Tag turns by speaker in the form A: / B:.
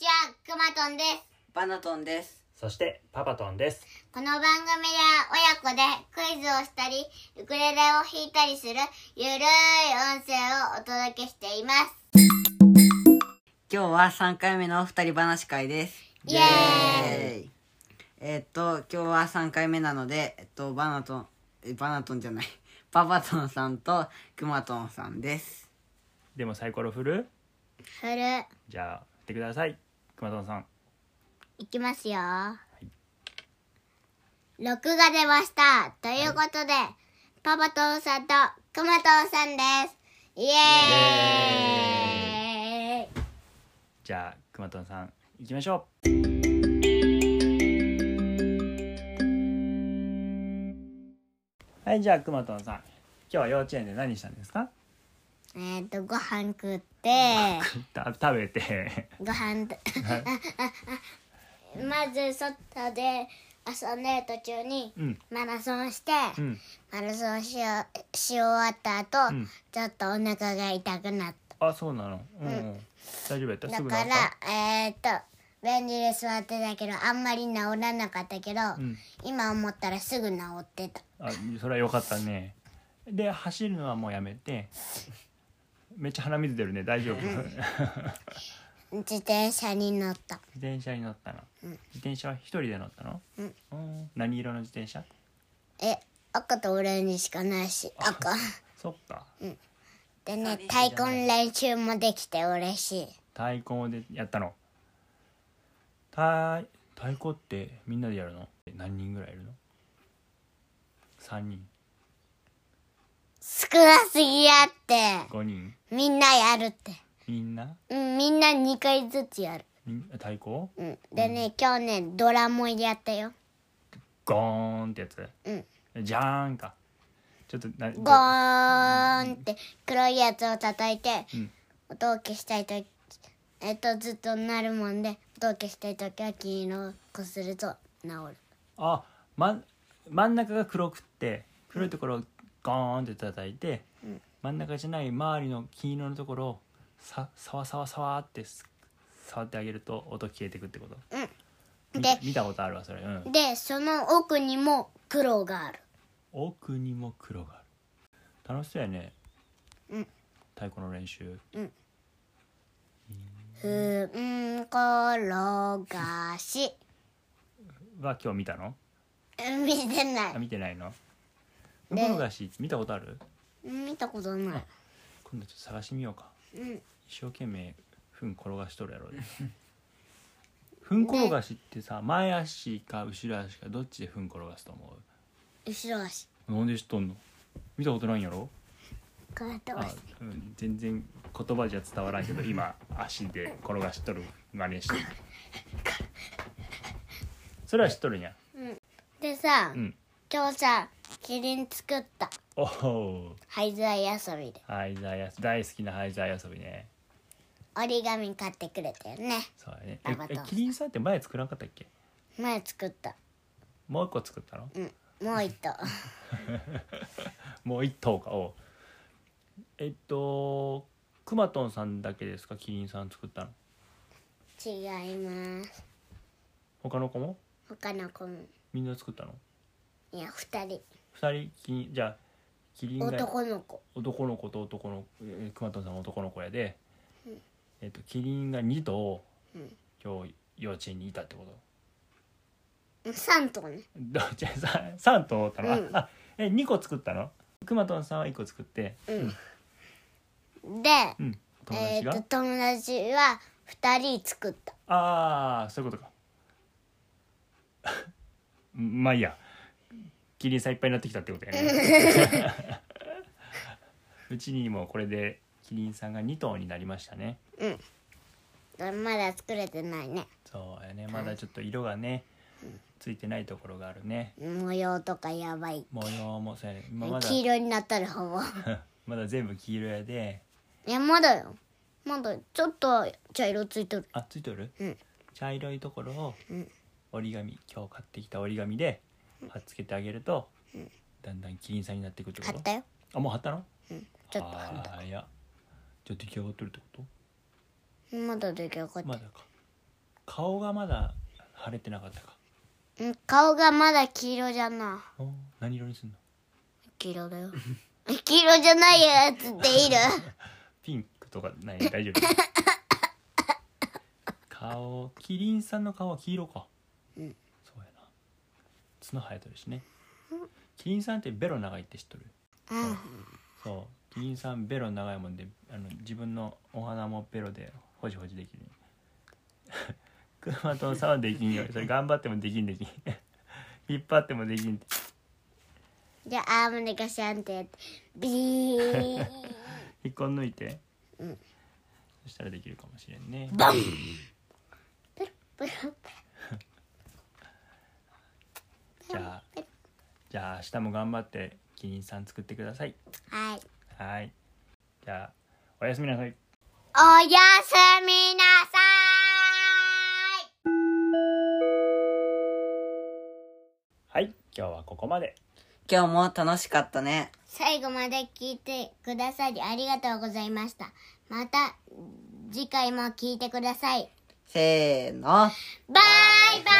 A: トンです
B: バナトンです。
C: そしてパパトンです。
A: この番組では親子でクイズをしたりウクレレを弾いたりするゆるい音声をお届けしています
B: 今日は三回目のお二人話会です。
A: イエーイ
B: イエーイえーっと今日は三回目なので、えっとバナトンえバナトンじゃない、 パパトンさんとクマトンさんです。
C: でもサイコロ振る？
A: フル
C: じゃあ振ってください。熊田さん。
A: いきますよ、録画出ましたということで、パパトンさんとクマトンさんですイエーイ
C: じゃあ熊田さん行きましょう。はいじゃあ熊田さん。今日は幼稚園で何したんですか？
A: えーっとご飯食って
C: た食べて
A: ご飯とまず外で遊んでる途中に
C: うん
A: マラソンして、
C: うん
A: マラソンしようし終わった後、
C: うん
A: ちょっとお腹が痛くなっ
C: あそうなのうん、うん、大丈夫やったた
A: だ
C: すぐ治
A: か
C: っ
A: らえーっと便利で座ってたけどあんまり治らなかったけど、
C: た。うん
A: 今思ったらすぐ治ってた
C: あそれは良かったねで走るのはもうやめてめっちゃ鼻水出る ね大丈夫自
A: 自転車に乗った
C: 転車に乗ったの、自転車は一人で乗ったの、
A: うん
C: ん何色の自転車
A: え赤とオレンジしかないし赤
C: そっか
A: でね太鼓の練習もできて嬉しい
C: 太鼓でやったの太太鼓ってみんなでやるの何人ぐらいいるの3人
A: 少なすぎやって
C: 5人
A: みんなやるって。
C: みんな
A: うん、みんな2回ずつやる。
C: みん太鼓
A: うん。でね、今日ね、ドラもやったよ。
C: ゴーンってやつ
A: うん。
C: じゃーんかちょっとな
A: ゴーンって黒いやつを叩いて、
C: うん
A: 音を消したいとき、えっと、ずっと鳴るもんで、音を消したいときは黄色こすると治る。
C: あ、ま、真ん中が黒くって黒いところをゴーンって叩いて、真ん中じゃない周りの黄色のところをささわさわさわってす触ってあげると音消えてくってこと、
A: うん
C: み
A: で
C: 見たことあるわそれ、うん、
A: で、その奥にも黒がある。
C: 奥にも黒がある楽しそうやね、
A: うん
C: 太鼓の練習
A: ふんころがし。
C: は今日見たの
A: うん見てな
C: あ
A: い。
C: 見てないの
A: で
C: 黒がし見たことある
A: うん見たことない。
C: 今度ちょっと探してみようか
A: うん。
C: 一生懸命糞転がしとるやろ 糞転がしってさ前足か後ろ足かどっちで糞転がすと思
A: 後ろ足。
C: うなんで知っとんの見たことないんやろ
A: こうやって押
C: あ
A: す。、
C: うん、全然言葉じゃ伝わらんけど今足で転がしとる真似してるそれは知っとるんや
A: でさ、
C: うん
A: 今日さキリン作った
C: おお
A: 廃材遊びで
C: 廃材や大好きな廃材遊びね
A: 折り紙買ってくれたよね
C: そうやね
A: ババ
C: え
A: トン
C: えキリンさんって前作らんかったっけ
A: 前作った
C: もう一個作ったの
A: うんもう一頭
C: もう一頭かをえっとくまとんさんだけですかキリンさん作ったの
A: 違います
C: 他の子も
A: 他の子も
C: みんな作ったの
A: いや二人
C: 二人キリンじゃあキリンが
A: 男の子
C: 男の子と男のえーくまとんさんは男の子やで、えっとキリンが2頭、
A: うん
C: 今日幼稚園にいたってこと
A: 三頭ね
C: どじゃあ3頭おったの、
A: うん
C: あえ2個作ったのくまとんさんは1個作って
A: うんで
C: うん友
A: え
C: 達
A: ー、
C: が、
A: と友達は二人作った
C: ああそういうことか まあいいやキリンさんいっぱいになってきたってことやねうちにもこれでキリンさんが2頭になりましたね
A: まだ作れてないね
C: そうやねまだちょっと色がねついてないところがあるね
A: 模様とかやばい
C: 模様もそうやね今まだ
A: 黄色になったらほぼ
C: まだ全部黄色やで
A: いやまだよまだちょっと茶色ついとる
C: あついとる、
A: うん
C: 茶色いところを
A: うん
C: 折り紙今日買ってきた折り紙で貼っつけてあげると、だんだんキリンさんになっていくってこ
A: 買
C: と
A: ったよ
C: あもう貼ったの
A: ちょっと貼った
C: あーいやじゃあ出来上がってるってこ
A: まだ出来上がって
C: とま
A: ない
C: だか顔がまだ腫れてなかったか
A: うん、顔がまだ黄色じゃな。
C: おー何色にするの
A: 黄色だよ。 黄色じゃないやつって いる
C: ピンクとか ない大丈夫顔キリンさんの顔は黄色か
A: うん
C: そうやな角生えてるしねキリンさんってベロ長いって知っとる
A: うん。
C: そうキリンさんベロ長いもんであの自分のお花もベロでほじほじできる クマトンさんはできんよそれ頑張ってもできんで きん引っ張ってもできんって
A: じゃあ、アームでガシャンってやって、ビ ーン。
C: 引っこ抜いて、
A: ん
C: そしたらできるかもしれんね
A: バンプルプル
C: じゃあじゃあ明日も頑張ってキリンさん作ってください
A: はい。
C: はいじゃあおやすみなさい
A: おやすみなさーい。
C: はい今日はここまで
B: 今日も楽しかったね
A: 最後まで聞いてくださりありがとうございました。また次回も聞いてください。
B: せーの
A: バイバイ